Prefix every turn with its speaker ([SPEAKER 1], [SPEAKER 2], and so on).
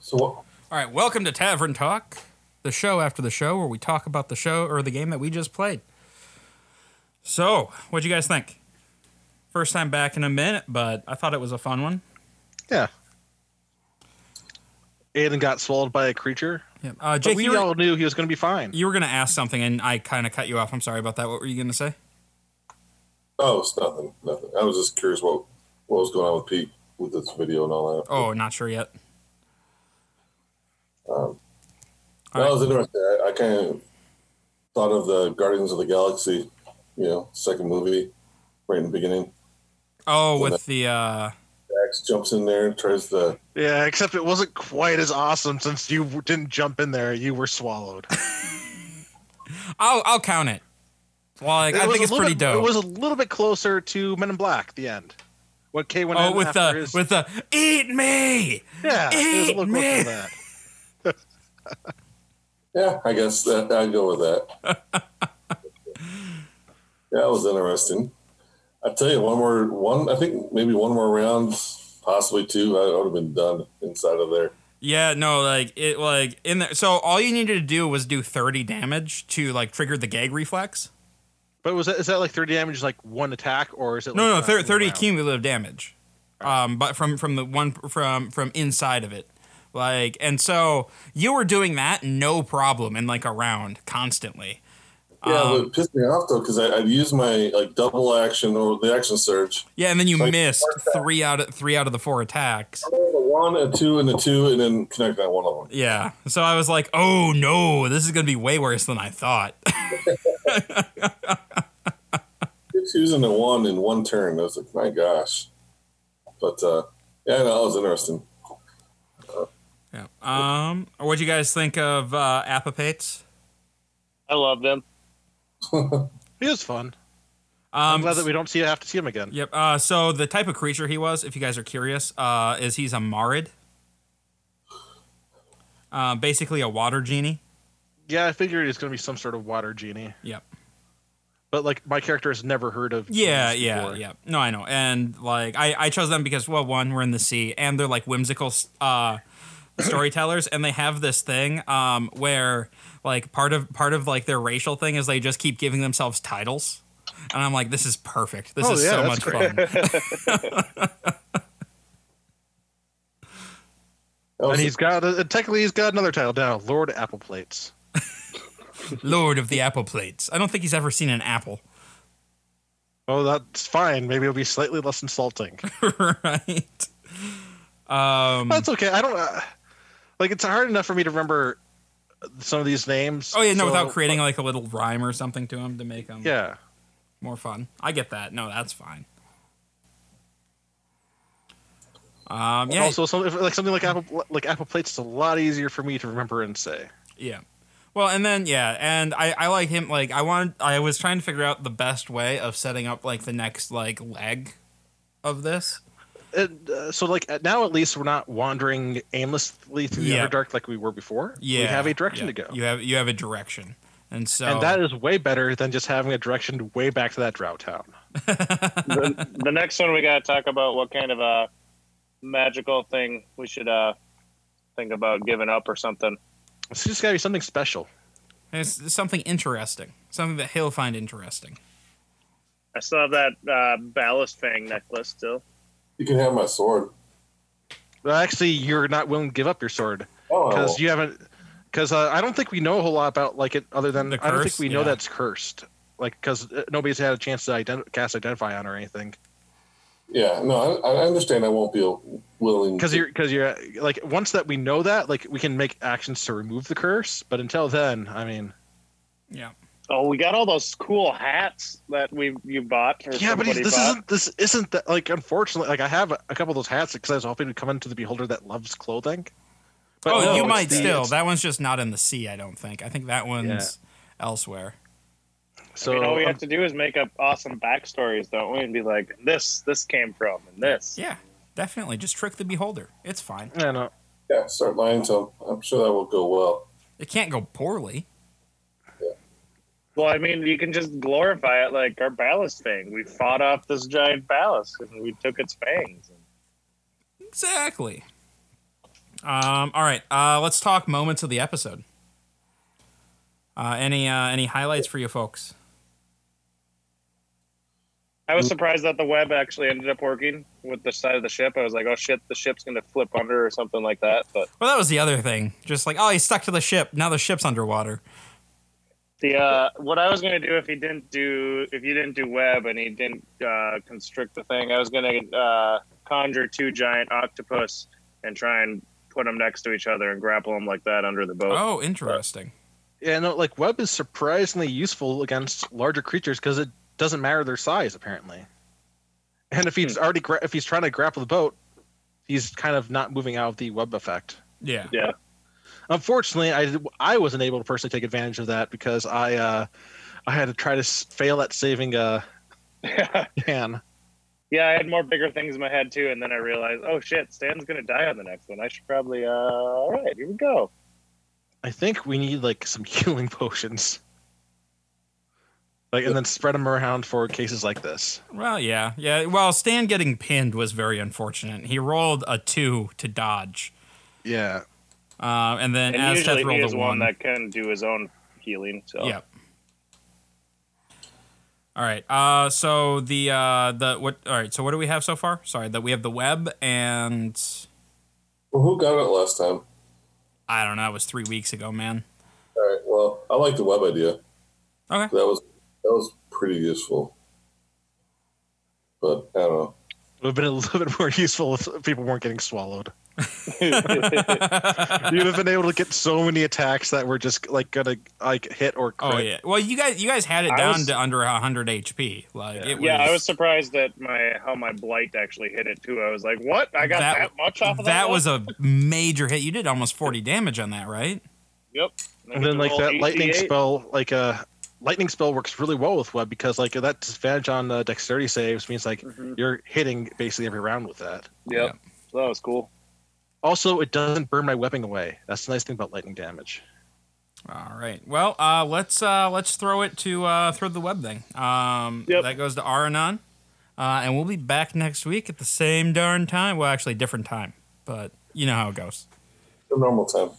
[SPEAKER 1] So what?
[SPEAKER 2] All right, welcome to Tavern Talk, the show after the show where we talk about the show or the game that we just played. So, what'd you guys think? First time back in a minute, but I thought it was a fun one.
[SPEAKER 3] Yeah. Aiden got swallowed by a creature.
[SPEAKER 2] Yeah. Uh,
[SPEAKER 3] But
[SPEAKER 2] Jake,
[SPEAKER 3] we
[SPEAKER 2] you were,
[SPEAKER 3] all knew he was going to be fine.
[SPEAKER 2] you were going to ask something, and I kind of cut you off. I'm sorry about that. What were you going to say?
[SPEAKER 1] Oh, it's nothing. Nothing. I was just curious what what was going on with Pete with this video and all that.
[SPEAKER 2] Oh, not sure yet.
[SPEAKER 1] that Um, was interesting. I, I kind of thought of the Guardians of the Galaxy, you know, second movie, right in the beginning.
[SPEAKER 2] Oh, with the uh,
[SPEAKER 1] Dax jumps in there and tries to.
[SPEAKER 3] Yeah, except it wasn't quite as awesome since you w- didn't jump in there. You were swallowed.
[SPEAKER 2] I'll I'll count it. Well, like,
[SPEAKER 3] It
[SPEAKER 2] I
[SPEAKER 3] was
[SPEAKER 2] think
[SPEAKER 3] a
[SPEAKER 2] it's
[SPEAKER 3] little
[SPEAKER 2] pretty
[SPEAKER 3] bit-
[SPEAKER 2] dope.
[SPEAKER 3] It was a little bit closer to Men in Black, the end. What K went
[SPEAKER 2] oh,
[SPEAKER 3] in
[SPEAKER 2] with
[SPEAKER 3] after
[SPEAKER 2] the
[SPEAKER 3] his-
[SPEAKER 2] with the eat me.
[SPEAKER 3] yeah, it was a little closer
[SPEAKER 2] Man.
[SPEAKER 3] to that.
[SPEAKER 1] Yeah, I guess that I'd go with that. yeah, that was interesting. I tell you, one more, one. I think maybe one more round, possibly two. I would have been done inside of there.
[SPEAKER 2] Yeah, no, like it, like in there. So all you needed to do was do thirty damage to like trigger the gag reflex.
[SPEAKER 3] But was that, is that like 30 damage, like one attack, or is it?
[SPEAKER 2] No, no,
[SPEAKER 3] like
[SPEAKER 2] thir-
[SPEAKER 3] round-
[SPEAKER 2] thirty
[SPEAKER 3] round?
[SPEAKER 2] cumulative damage. Um, but from from the one from from inside of it, like, and so you were doing that no problem in like a round constantly.
[SPEAKER 1] Yeah,
[SPEAKER 3] Um,
[SPEAKER 1] but it pissed me off though because I'd use my like double action or the action surge.
[SPEAKER 2] Yeah, and then you
[SPEAKER 1] Like,
[SPEAKER 2] missed
[SPEAKER 1] four attacks.
[SPEAKER 2] three out of three out of the four attacks.
[SPEAKER 1] A one, a two, and a two, and then connect that one on one.
[SPEAKER 2] Yeah. So I was like, oh no, this is gonna be way worse than I thought.
[SPEAKER 1] It's using the one in one turn. I was like, my gosh. But uh, yeah, no, that was interesting.
[SPEAKER 2] yeah. Um, what'd you guys think of uh, Apopates?
[SPEAKER 4] I love them.
[SPEAKER 3] It was fun. I'm
[SPEAKER 2] Um,
[SPEAKER 3] glad that we don't see have to see him again.
[SPEAKER 2] Yep. Uh, so the type of creature he was, if you guys are curious, uh, is he's a Marid. Uh, basically a water genie.
[SPEAKER 3] Yeah, I figured it's going to be some sort of water genie.
[SPEAKER 2] Yep.
[SPEAKER 3] But like my character has never heard of.
[SPEAKER 2] Yeah,
[SPEAKER 3] genies
[SPEAKER 2] yeah,
[SPEAKER 3] before.
[SPEAKER 2] yeah. No, I know. And like I, I chose them because well, one, we're in the sea and they're like whimsical uh storytellers and they have this thing um where like part of part of like their racial thing is they just keep giving themselves titles. And I'm like, this is perfect. This
[SPEAKER 3] Oh,
[SPEAKER 2] is
[SPEAKER 3] yeah,
[SPEAKER 2] so much
[SPEAKER 3] that's great.
[SPEAKER 2] fun.
[SPEAKER 1] That was,
[SPEAKER 3] And he's got uh, technically he's got another title now, Lord Apple Plates.
[SPEAKER 2] Lord of the apple plates. I don't think he's ever seen an apple.
[SPEAKER 3] Oh, that's fine. Maybe it'll be slightly less insulting.
[SPEAKER 2] right. Um
[SPEAKER 3] that's okay. I don't uh, like. It's hard enough for me to remember some of these names.
[SPEAKER 2] Oh yeah, no,
[SPEAKER 3] so-
[SPEAKER 2] without creating like a little rhyme or something to them to make them
[SPEAKER 3] Yeah,
[SPEAKER 2] more fun. I get that. No, that's fine. Um, yeah,
[SPEAKER 3] Also, some, if, like something like apple like apple plates is a lot easier for me to remember and say.
[SPEAKER 2] yeah. Well, and then yeah, and I I like him. Like I wanted, I was trying to figure out the best way of setting up like the next like leg of this.
[SPEAKER 3] And, uh, so like at- now at least we're not wandering aimlessly through
[SPEAKER 2] Yeah.
[SPEAKER 3] the dark like we were before.
[SPEAKER 2] Yeah,
[SPEAKER 3] we have a direction
[SPEAKER 2] yeah.
[SPEAKER 3] to go,
[SPEAKER 2] You have you have a direction, and so
[SPEAKER 3] and that is way better than just having a direction way back to that drought town.
[SPEAKER 4] the, the next one we got to talk about what kind of a magical thing we should uh, think about giving up or something.
[SPEAKER 3] It's just got to be something special.
[SPEAKER 2] it's something interesting, something that he'll find interesting.
[SPEAKER 4] I still have that uh, ballast fang necklace still.
[SPEAKER 1] you can have my sword.
[SPEAKER 3] Well, actually, you're not willing to give up your sword
[SPEAKER 1] Oh, I
[SPEAKER 3] because
[SPEAKER 1] will.
[SPEAKER 3] you haven't. Because uh, I don't think we know a whole lot about like it, other than
[SPEAKER 2] The
[SPEAKER 3] I don't
[SPEAKER 2] curse?
[SPEAKER 3] think we know
[SPEAKER 2] Yeah.
[SPEAKER 3] that's cursed. Like because nobody's had a chance to ident- cast identify on or anything.
[SPEAKER 1] yeah, no, I, I understand. I won't be willing
[SPEAKER 3] Because
[SPEAKER 1] to-
[SPEAKER 3] you're because you're like once that we know that, like we can make actions to remove the curse. But until then, I mean,
[SPEAKER 2] Yeah.
[SPEAKER 4] Oh, we got all those cool hats that we you bought. Or
[SPEAKER 3] yeah, but he's-
[SPEAKER 4] somebody
[SPEAKER 3] this
[SPEAKER 4] bought.
[SPEAKER 3] isn't this isn't that like unfortunately like I have a, couple of those hats because I was hoping to come into the beholder that loves clothing. But
[SPEAKER 2] oh,
[SPEAKER 3] no,
[SPEAKER 2] you
[SPEAKER 3] it's
[SPEAKER 2] might
[SPEAKER 3] the-
[SPEAKER 2] still.
[SPEAKER 3] it's-
[SPEAKER 2] That one's just not in the sea, I don't think. I think that one's elsewhere.
[SPEAKER 3] so
[SPEAKER 4] I mean, all we
[SPEAKER 3] um,
[SPEAKER 4] have to do is make up awesome backstories, don't we? And be like, this this came from and this.
[SPEAKER 2] Yeah, definitely. Just trick the beholder. It's fine.
[SPEAKER 3] I don't know.
[SPEAKER 1] yeah, start lying to him. I'm sure that will go well.
[SPEAKER 2] It can't go poorly.
[SPEAKER 4] Well, I mean, you can just glorify it like our ballast fang. We fought off this giant ballast and we took its fangs.
[SPEAKER 2] Exactly. Um, all right, uh, let's talk moments of the episode. Uh, any uh, any highlights for you folks?
[SPEAKER 4] I
[SPEAKER 2] Mm.
[SPEAKER 4] was surprised that the web actually ended up working with the side of the ship. I was like, oh shit, the ship's going to flip under or something like that. But
[SPEAKER 2] Well, that was the other thing. Just like, oh, he's stuck to the ship. Now the ship's underwater.
[SPEAKER 4] the uh, what I was going to do if he didn't do if you didn't do web and he didn't uh, constrict the thing, I was going to uh, conjure two giant octopus and try and put them next to each other and grapple them like that under the boat.
[SPEAKER 2] Oh, interesting.
[SPEAKER 3] Yeah, no, like web is surprisingly useful against larger creatures because it doesn't matter their size apparently. And if he's already gra- if he's trying to grapple the boat, he's kind of not moving out of the web effect.
[SPEAKER 2] Yeah.
[SPEAKER 4] Yeah,
[SPEAKER 3] Unfortunately, I I wasn't able to personally take advantage of that because I uh I had to try to s- fail at saving uh Dan.
[SPEAKER 4] yeah. I had more bigger things in my head too, and then I realized, oh shit, Stan's going to die on the next one. I should probably. Uh, all right, here we go.
[SPEAKER 3] I think we need like some healing potions. Like and then spread them around for cases like this.
[SPEAKER 2] Well, yeah, yeah. Well, Stan getting pinned was very unfortunate. He rolled a two to dodge,
[SPEAKER 3] Yeah.
[SPEAKER 2] uh, and then
[SPEAKER 4] And
[SPEAKER 2] Azteth
[SPEAKER 4] usually he
[SPEAKER 2] rolled
[SPEAKER 4] is
[SPEAKER 2] a
[SPEAKER 4] one
[SPEAKER 2] one.
[SPEAKER 4] that can do his own healing. So
[SPEAKER 2] Yep. All right. Uh, so the uh, the what? All right. So what do we have so far? Sorry, that we have the web and
[SPEAKER 1] Well, who got it last time?
[SPEAKER 2] I don't know. It was three weeks ago, man.
[SPEAKER 1] All right. Well, I like the web idea.
[SPEAKER 2] Okay.
[SPEAKER 1] That was that was pretty useful. But I don't know.
[SPEAKER 3] It would have been a little bit more useful if people weren't getting swallowed. You'd have been able to get so many attacks that were just like gonna like hit or crit.
[SPEAKER 2] Oh yeah. Well, you guys you guys had it
[SPEAKER 4] I
[SPEAKER 2] down
[SPEAKER 4] was-
[SPEAKER 2] to under hundred HP. Like it was.
[SPEAKER 4] Yeah, I was surprised at my how my blight actually hit it too. I was like, "What? I got that, much off of that?"
[SPEAKER 2] That
[SPEAKER 4] one?
[SPEAKER 2] was a major hit. You did almost forty damage on that, right?
[SPEAKER 4] yep. I
[SPEAKER 3] And
[SPEAKER 4] get
[SPEAKER 3] then
[SPEAKER 4] to
[SPEAKER 3] like
[SPEAKER 4] roll
[SPEAKER 3] that lightning
[SPEAKER 4] 8d8.
[SPEAKER 3] spell, like a uh, lightning spell works really well with web because like that disadvantage on uh, dexterity saves means like
[SPEAKER 4] Mhm.
[SPEAKER 3] you're hitting basically every round with that.
[SPEAKER 4] Yep. So that was cool.
[SPEAKER 3] Also, it doesn't burn my webbing away. That's the nice thing about lightning damage.
[SPEAKER 2] All right. Well, uh, let's uh, let's throw it to uh, throw the web thing. Um,
[SPEAKER 4] Yep.
[SPEAKER 2] That goes to Aranon, uh, and we'll be back next week at the same darn time. Well, actually, different time, but you know how it goes.
[SPEAKER 1] The normal time.